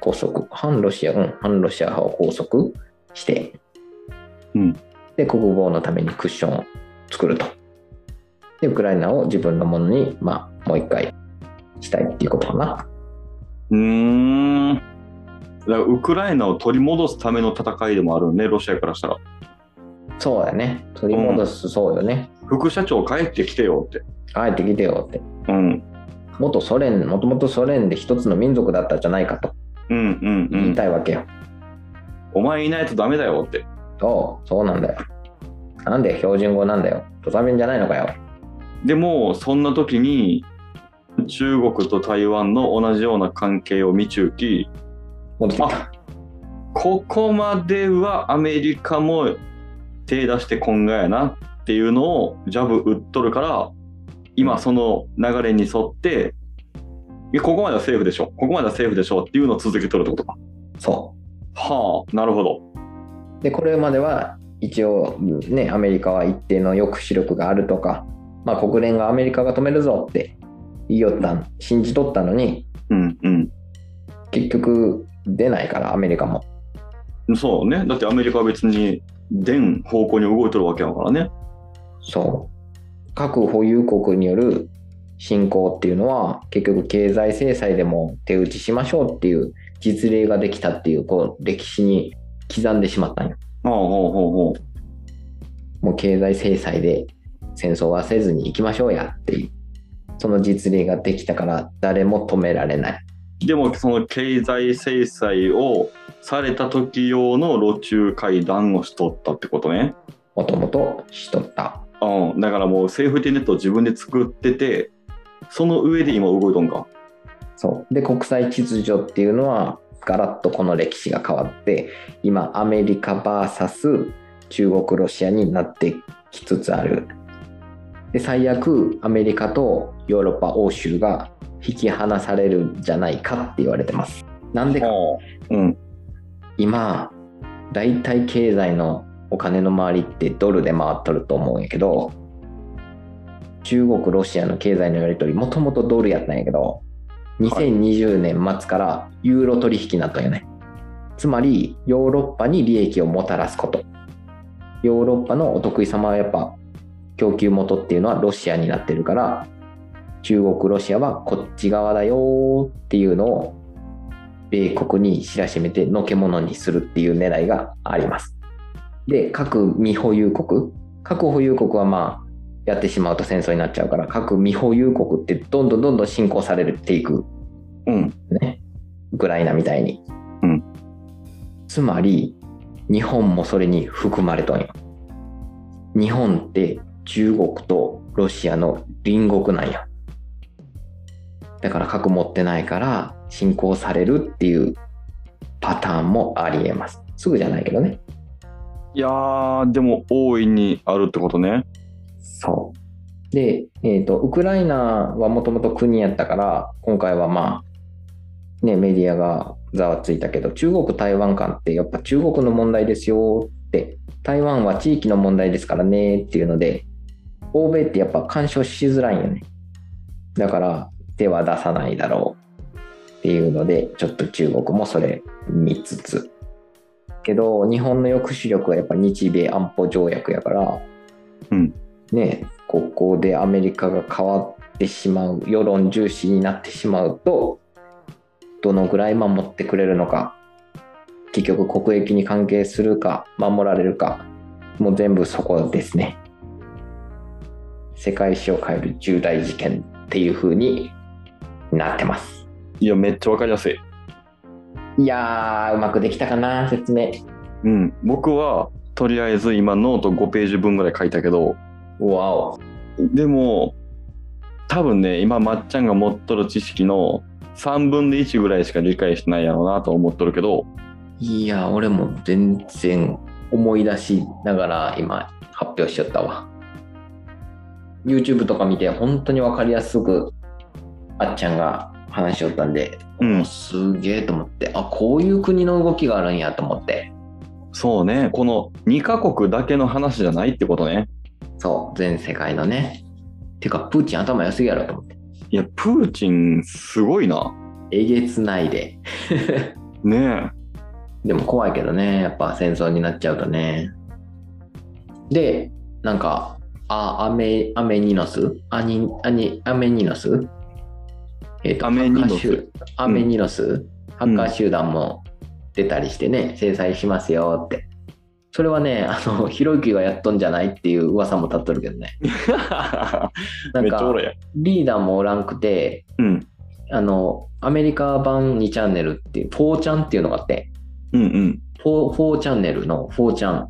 Speaker 1: 拘束、反ロシア、うん、反ロシア派を拘束して、
Speaker 2: うん
Speaker 1: で、国防のためにクッションを作ると。で、ウクライナを自分のものに、まあ、もう一回したいっていうことかな。
Speaker 2: うーん。だからウクライナを取り戻すための戦いでもあるね、ロシアからしたら。
Speaker 1: そうだね。取り戻す、そうよね。
Speaker 2: 副社長帰ってきてよって。
Speaker 1: 帰ってきてよって。
Speaker 2: うん。
Speaker 1: 元ソ連、もともとソ連で一つの民族だったじゃないかと
Speaker 2: うんうんう
Speaker 1: 言い
Speaker 2: ん。
Speaker 1: たいわけよ。
Speaker 2: お前いないとダメだよって。
Speaker 1: おう、そうなんだよ。なんで標準語なんだよ。土佐弁じゃないのかよ。
Speaker 2: でも、そんな時に、中国と台湾の同じような関係を見ちゅうき、
Speaker 1: 戻ってきた。
Speaker 2: あここまではアメリカも手出してこんがやなっていうのをジャブ打っとるから、今その流れに沿って、いやここまではセーフでしょ、ここまではセーフでしょっていうのを続けとるってことか。
Speaker 1: そ
Speaker 2: はあ、なるほど。
Speaker 1: う。で、これまでは一応、ね、アメリカは一定の抑止力があるとか、まあ、国連がアメリカが止めるぞって言いよったん、信じとったのに、
Speaker 2: うん
Speaker 1: 結局出ないから、アメリカも。
Speaker 2: うん。そうね。だってアメリカは別に、全方向に動いとるわけやからね。
Speaker 1: そう。核保有国による侵攻っていうのは、結局経済制裁でも手打ちしましょうっていう実例ができたっていう、こう、歴史に刻んでしまったんよ。
Speaker 2: ああ、ほうほうほう。
Speaker 1: もう経済制裁で戦争はせずに行きましょうやっていう。その実例ができたから誰も止められない。
Speaker 2: でもその経済制裁をされた時用の路中会談をしとったってことね。
Speaker 1: もともとしとった。
Speaker 2: うん、だからもうセーフティーネットを自分で作ってて、その上で今動いとんか。
Speaker 1: そう。で、国際秩序っていうのは、ガラッとこの歴史が変わって、今、アメリカ VS 中国、ロシアになってきつつある。で、最悪、アメリカとヨーロッパ、欧州が引き離されるんじゃないかって言われてます。なんでか
Speaker 2: うん。
Speaker 1: 今大体経済のお金の周りってドルで回っとると思うんやけど中国ロシアの経済のやり取りもともとドルやったんやけど2020年末からユーロ取引になったんよね、つまりヨーロッパに利益をもたらすことヨーロッパのお得意様はやっぱ供給元っていうのはロシアになってるから中国ロシアはこっち側だよっていうのを米国に知らしめてのけものにするっていう狙いがあります。で、核未保有国、核保有国はまあ、やってしまうと戦争になっちゃうから、核未保有国ってどんどんどんどん侵攻されるっていく、
Speaker 2: うん。
Speaker 1: ね。ウクライナみたいに。
Speaker 2: うん
Speaker 1: つまり、日本もそれに含まれとんよ。日本って中国とロシアの隣国なんや。だから核持ってないから侵攻されるっていうパターンもありえます。すぐじゃないけどね。
Speaker 2: いやー、でも大いにあるってことね。
Speaker 1: そう。で、えっ、と、ウクライナはもともと国やったから、今回はまあ、ね、メディアがざわついたけど、中国、台湾間ってやっぱ中国の問題ですよって、台湾は地域の問題ですからねっていうので、欧米ってやっぱ干渉しづらいよね。だから、手は出さないだろうっていうので、ちょっと中国もそれ見つつ。けど、日本の抑止力はやっぱ日米安保条約やから、ね、ここでアメリカが変わってしまう世論重視になってしまうとどのぐらい守ってくれるのか結局国益に関係するか守られるかもう全部そこですね世界史を変える重大事件っていう風になってます
Speaker 2: いや、めっちゃわかりやすい。
Speaker 1: いやーうまくできたかな説明
Speaker 2: うん。僕は、とりあえず今ノート5ページ分ぐらい書いたけど、
Speaker 1: わお
Speaker 2: でも、多分ね、今、まっちゃんが持っとる知識の3分の1ぐらいしか理解してないやろうなと思っとるけど、
Speaker 1: いや俺も全然思い出しながら今発表しちゃったわ YouTube とか見て本当に分かりやすくあっちゃんが話しよったんで、
Speaker 2: うん
Speaker 1: すげえと思ってあこういう国の動きがあるんやと思って
Speaker 2: そうね、この2カ国だけの話じゃないってことね。
Speaker 1: そう全世界のねてかプーチン頭良すぎやろと思って
Speaker 2: いや、プーチンすごいな。
Speaker 1: えげつないで
Speaker 2: ね
Speaker 1: でも怖いけどね、やっぱ戦争になっちゃうとね。で、なんか、あ、アメ、アメニノスアニ、アニ、アメニノスえーと
Speaker 2: アメニノス
Speaker 1: ハッカー集アメニノス、ハッカー集団も出たりしてね、制裁しますよって。それはね、あの、ひろゆきがやっとんじゃないっていう噂も立っとるけどね。 なん
Speaker 2: めっちゃ
Speaker 1: か
Speaker 2: お、る
Speaker 1: リーダーもおらんくて、
Speaker 2: やん。うん。
Speaker 1: あの、アメリカ版2チャンネルっていう、4チャンっていうのがあって、
Speaker 2: うん
Speaker 1: 4, 4チャンネルの4チャン。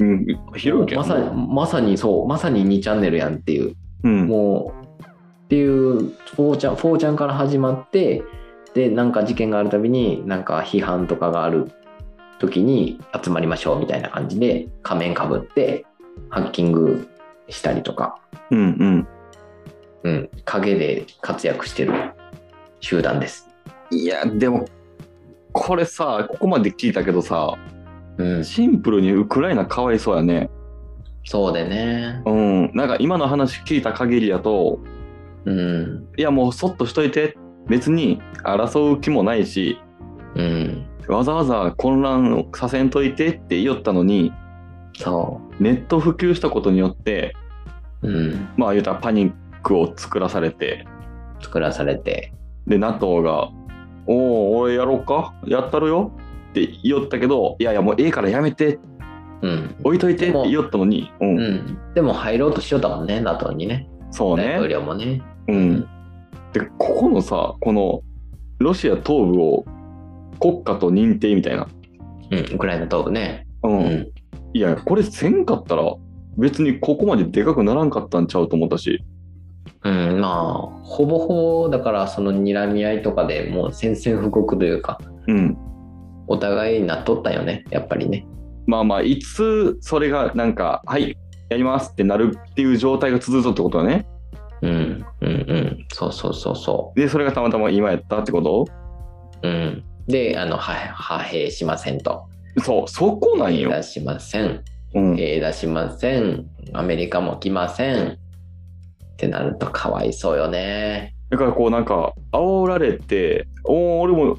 Speaker 2: うん。うん。広い
Speaker 1: まさに、まさにそう、まさに2チャンネルやんっていう。
Speaker 2: うん。
Speaker 1: もうっていうフォーちゃんフォーちゃんから始まってでなんか事件があるたびになんか批判とかがある時に集まりましょうみたいな感じで仮面かぶってハッキングしたりとか、
Speaker 2: うんうん。
Speaker 1: うん、陰で活躍してる集団です。
Speaker 2: いや、でも、これさ、ここまで聞いたけどさ、
Speaker 1: うん、
Speaker 2: シンプルにウクライナかわいそうやね。
Speaker 1: そうでね。
Speaker 2: うん。なんか今の話聞いた限りやと、
Speaker 1: うん、
Speaker 2: いやもうそっとしといて、別に争う気もないし、
Speaker 1: うん、
Speaker 2: わざわざ混乱をさせんといてって言おったのに、
Speaker 1: そ
Speaker 2: ネット普及したことによって、
Speaker 1: う、うん、
Speaker 2: まあ言うたらパニックを作らされて、
Speaker 1: 作らされて、
Speaker 2: で、NATO が、おお、俺やろうかやったるよって言おったけど、いやいやもうええからやめて、
Speaker 1: うん、
Speaker 2: 置いといてっ
Speaker 1: で
Speaker 2: て
Speaker 1: も
Speaker 2: 言おったのに、うん、
Speaker 1: うん、でも入ろうとしよったもんね、NATO にね、
Speaker 2: そう
Speaker 1: 大
Speaker 2: ね
Speaker 1: 統。領もね。
Speaker 2: うん。で、ここのさ、この、ロシア東部を国家と認定みたいな。
Speaker 1: うん、ウクライナ東部ね。
Speaker 2: う。
Speaker 1: うんん。
Speaker 2: いや、これせんかったら、別にここまででかくならんかったんちゃうと思ったし。
Speaker 1: うん、まあ、ほぼほぼ、だから、その睨み合いとかでもう宣戦布告というか、
Speaker 2: うん。
Speaker 1: お互いになっとったよね、やっぱりね。
Speaker 2: まあまあ、いつそれがなんか、はい、やりますってなるっていう状態が続くってことだね。
Speaker 1: うん、うん、うん。そうそうそうそ
Speaker 2: で、それがたまたま今やったってこと
Speaker 1: う。うん。で、あの、は派兵しませんと。
Speaker 2: そう、そこなんよ
Speaker 1: 出。しません。
Speaker 2: うん。
Speaker 1: 兵出しません。アメリカも来ません。ってなると、かわいそうよね。
Speaker 2: だからこうなんか、煽られて、おお、俺も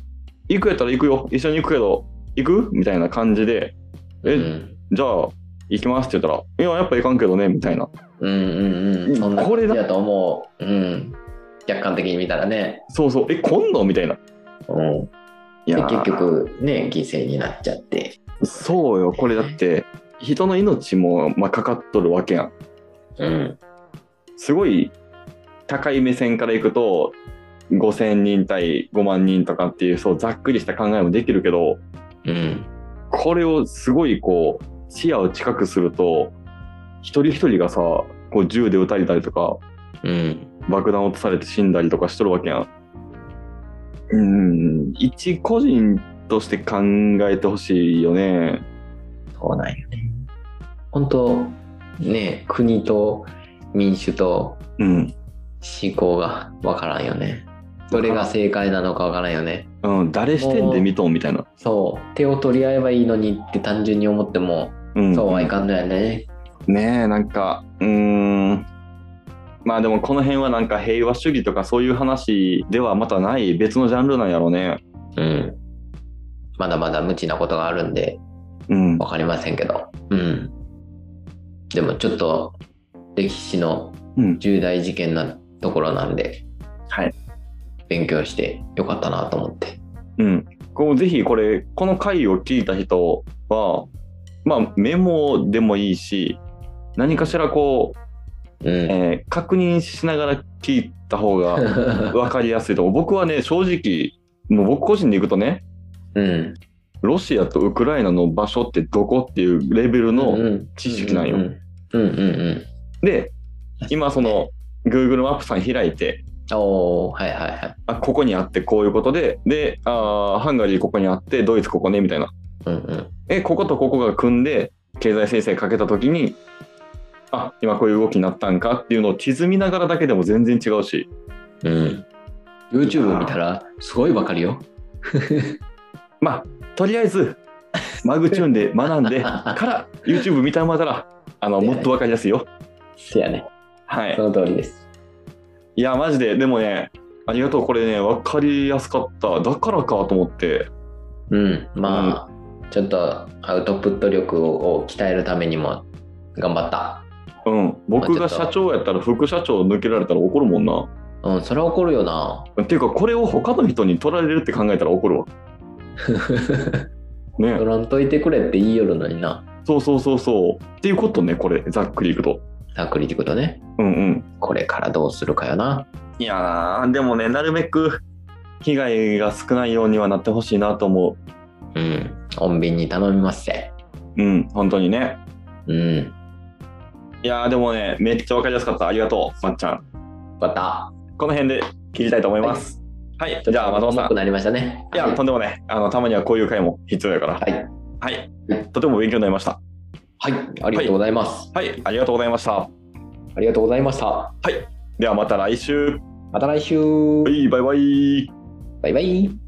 Speaker 2: 行くやったら行くよ。一緒に行くけど、行くみたいな感じで、え、
Speaker 1: うん。
Speaker 2: じゃあ、行きますって言ったら、いや、やっぱ行かんけどね、みたいな。
Speaker 1: うんうんうん。そんな
Speaker 2: こ
Speaker 1: 感
Speaker 2: れ
Speaker 1: じ
Speaker 2: だ
Speaker 1: だと思う。うん。客観的に見たらね。
Speaker 2: そうそう、え、今度みたいな。
Speaker 1: うん。
Speaker 2: い
Speaker 1: で
Speaker 2: やー
Speaker 1: 結局ね犠牲になっちゃって
Speaker 2: そうよ、これだって、人の命も、まあ、かかっとるわけやん。
Speaker 1: うん
Speaker 2: すごい高い目線からいくと5,000人対5万人とかっていうそうざっくりした考えもできるけど
Speaker 1: うん
Speaker 2: これをすごいこう視野を近くすると一人一人がさこう銃で撃たれたりとか
Speaker 1: うん
Speaker 2: 爆弾落とされて死んだりとかしとるわけやん。うん一個人として考えてほしいよね。
Speaker 1: そうなんよね本当ね国と民主と
Speaker 2: うん
Speaker 1: 思考がわからんよねどれが正解なのかわからんよね
Speaker 2: うん、誰視点で見とんみたいな。
Speaker 1: そう手を取り合えばいいのにって単純に思っても
Speaker 2: うん、
Speaker 1: そうはいかんのやね
Speaker 2: ねえなんかうーんまあでもこの辺はなんか平和主義とかそういう話ではまたない別のジャンルなんやろうね
Speaker 1: うんまだまだ無知なことがあるんで
Speaker 2: うん
Speaker 1: わかりませんけどうんでもちょっと歴史の
Speaker 2: うん
Speaker 1: 重大事件なところなんで
Speaker 2: はい
Speaker 1: 勉強してよかったなと思って
Speaker 2: うんこうぜひこれこの回を聞いた人はまあメモでもいいし何かしらこう、
Speaker 1: うん
Speaker 2: えー確認しながら聞いた方が分かりやすいと思う僕はね正直もう僕個人でいくとね
Speaker 1: うん
Speaker 2: ロシアとウクライナの場所ってどこっていうレベルの
Speaker 1: うん
Speaker 2: 知識なんよ
Speaker 1: うんうんうんうん
Speaker 2: で今その Google マップさん開いて
Speaker 1: おおはいはいはい
Speaker 2: あここにあってこういうことでであーハンガリーここにあってドイツここねみたいな
Speaker 1: うんうん
Speaker 2: えこことここが組んで経済制裁かけた時にあ今こういう動きになったんかっていうのを地図見ながらだけでも全然違うし
Speaker 1: うん、YouTube 見たらすごいわかるよ。
Speaker 2: まあとりあえずマグチューンで学んでから YouTube 見たまたらあのもっと分かりやすいよ
Speaker 1: せやね。
Speaker 2: はい
Speaker 1: その通りです。
Speaker 2: いやマジででもねありがとうこれね分かりやすかっただからかと思って
Speaker 1: うん。まあ、ちょっとアウトプット力を鍛えるためにも頑張った。
Speaker 2: うん、僕が社長やったら副社長抜けられたら怒るもんな。
Speaker 1: うん、それは怒るよな。
Speaker 2: っていうかこれを他の人に取られるって考えたら怒る わね
Speaker 1: 取らんといてくれって言いよるのにな。
Speaker 2: そうそうそうそうっていうことねこれざっくりいくと
Speaker 1: ざっくりってことね。
Speaker 2: うんうん
Speaker 1: これからどうするかよな。
Speaker 2: いやーでもねなるべく被害が少ないようにはなってほしいなと思
Speaker 1: うん。穏便に頼みますせ。
Speaker 2: ううん本当にね
Speaker 1: うん。
Speaker 2: いやーでもねめっちゃ分かりやすかったありがとうまっちゃん
Speaker 1: また。
Speaker 2: この辺で切りたいと思いますはい、じゃあ松本さ
Speaker 1: 重
Speaker 2: ん
Speaker 1: くなりましたね。
Speaker 2: いや、
Speaker 1: はい
Speaker 2: とんでもねあのたまにはこういう回も必要やから
Speaker 1: はい。
Speaker 2: はい、とても勉強になりました
Speaker 1: はい。ありがとうございます。
Speaker 2: はいありがとうございました
Speaker 1: ありがとうございました。
Speaker 2: ではまた来週
Speaker 1: また来週。
Speaker 2: はいバイバイ
Speaker 1: バイバイ。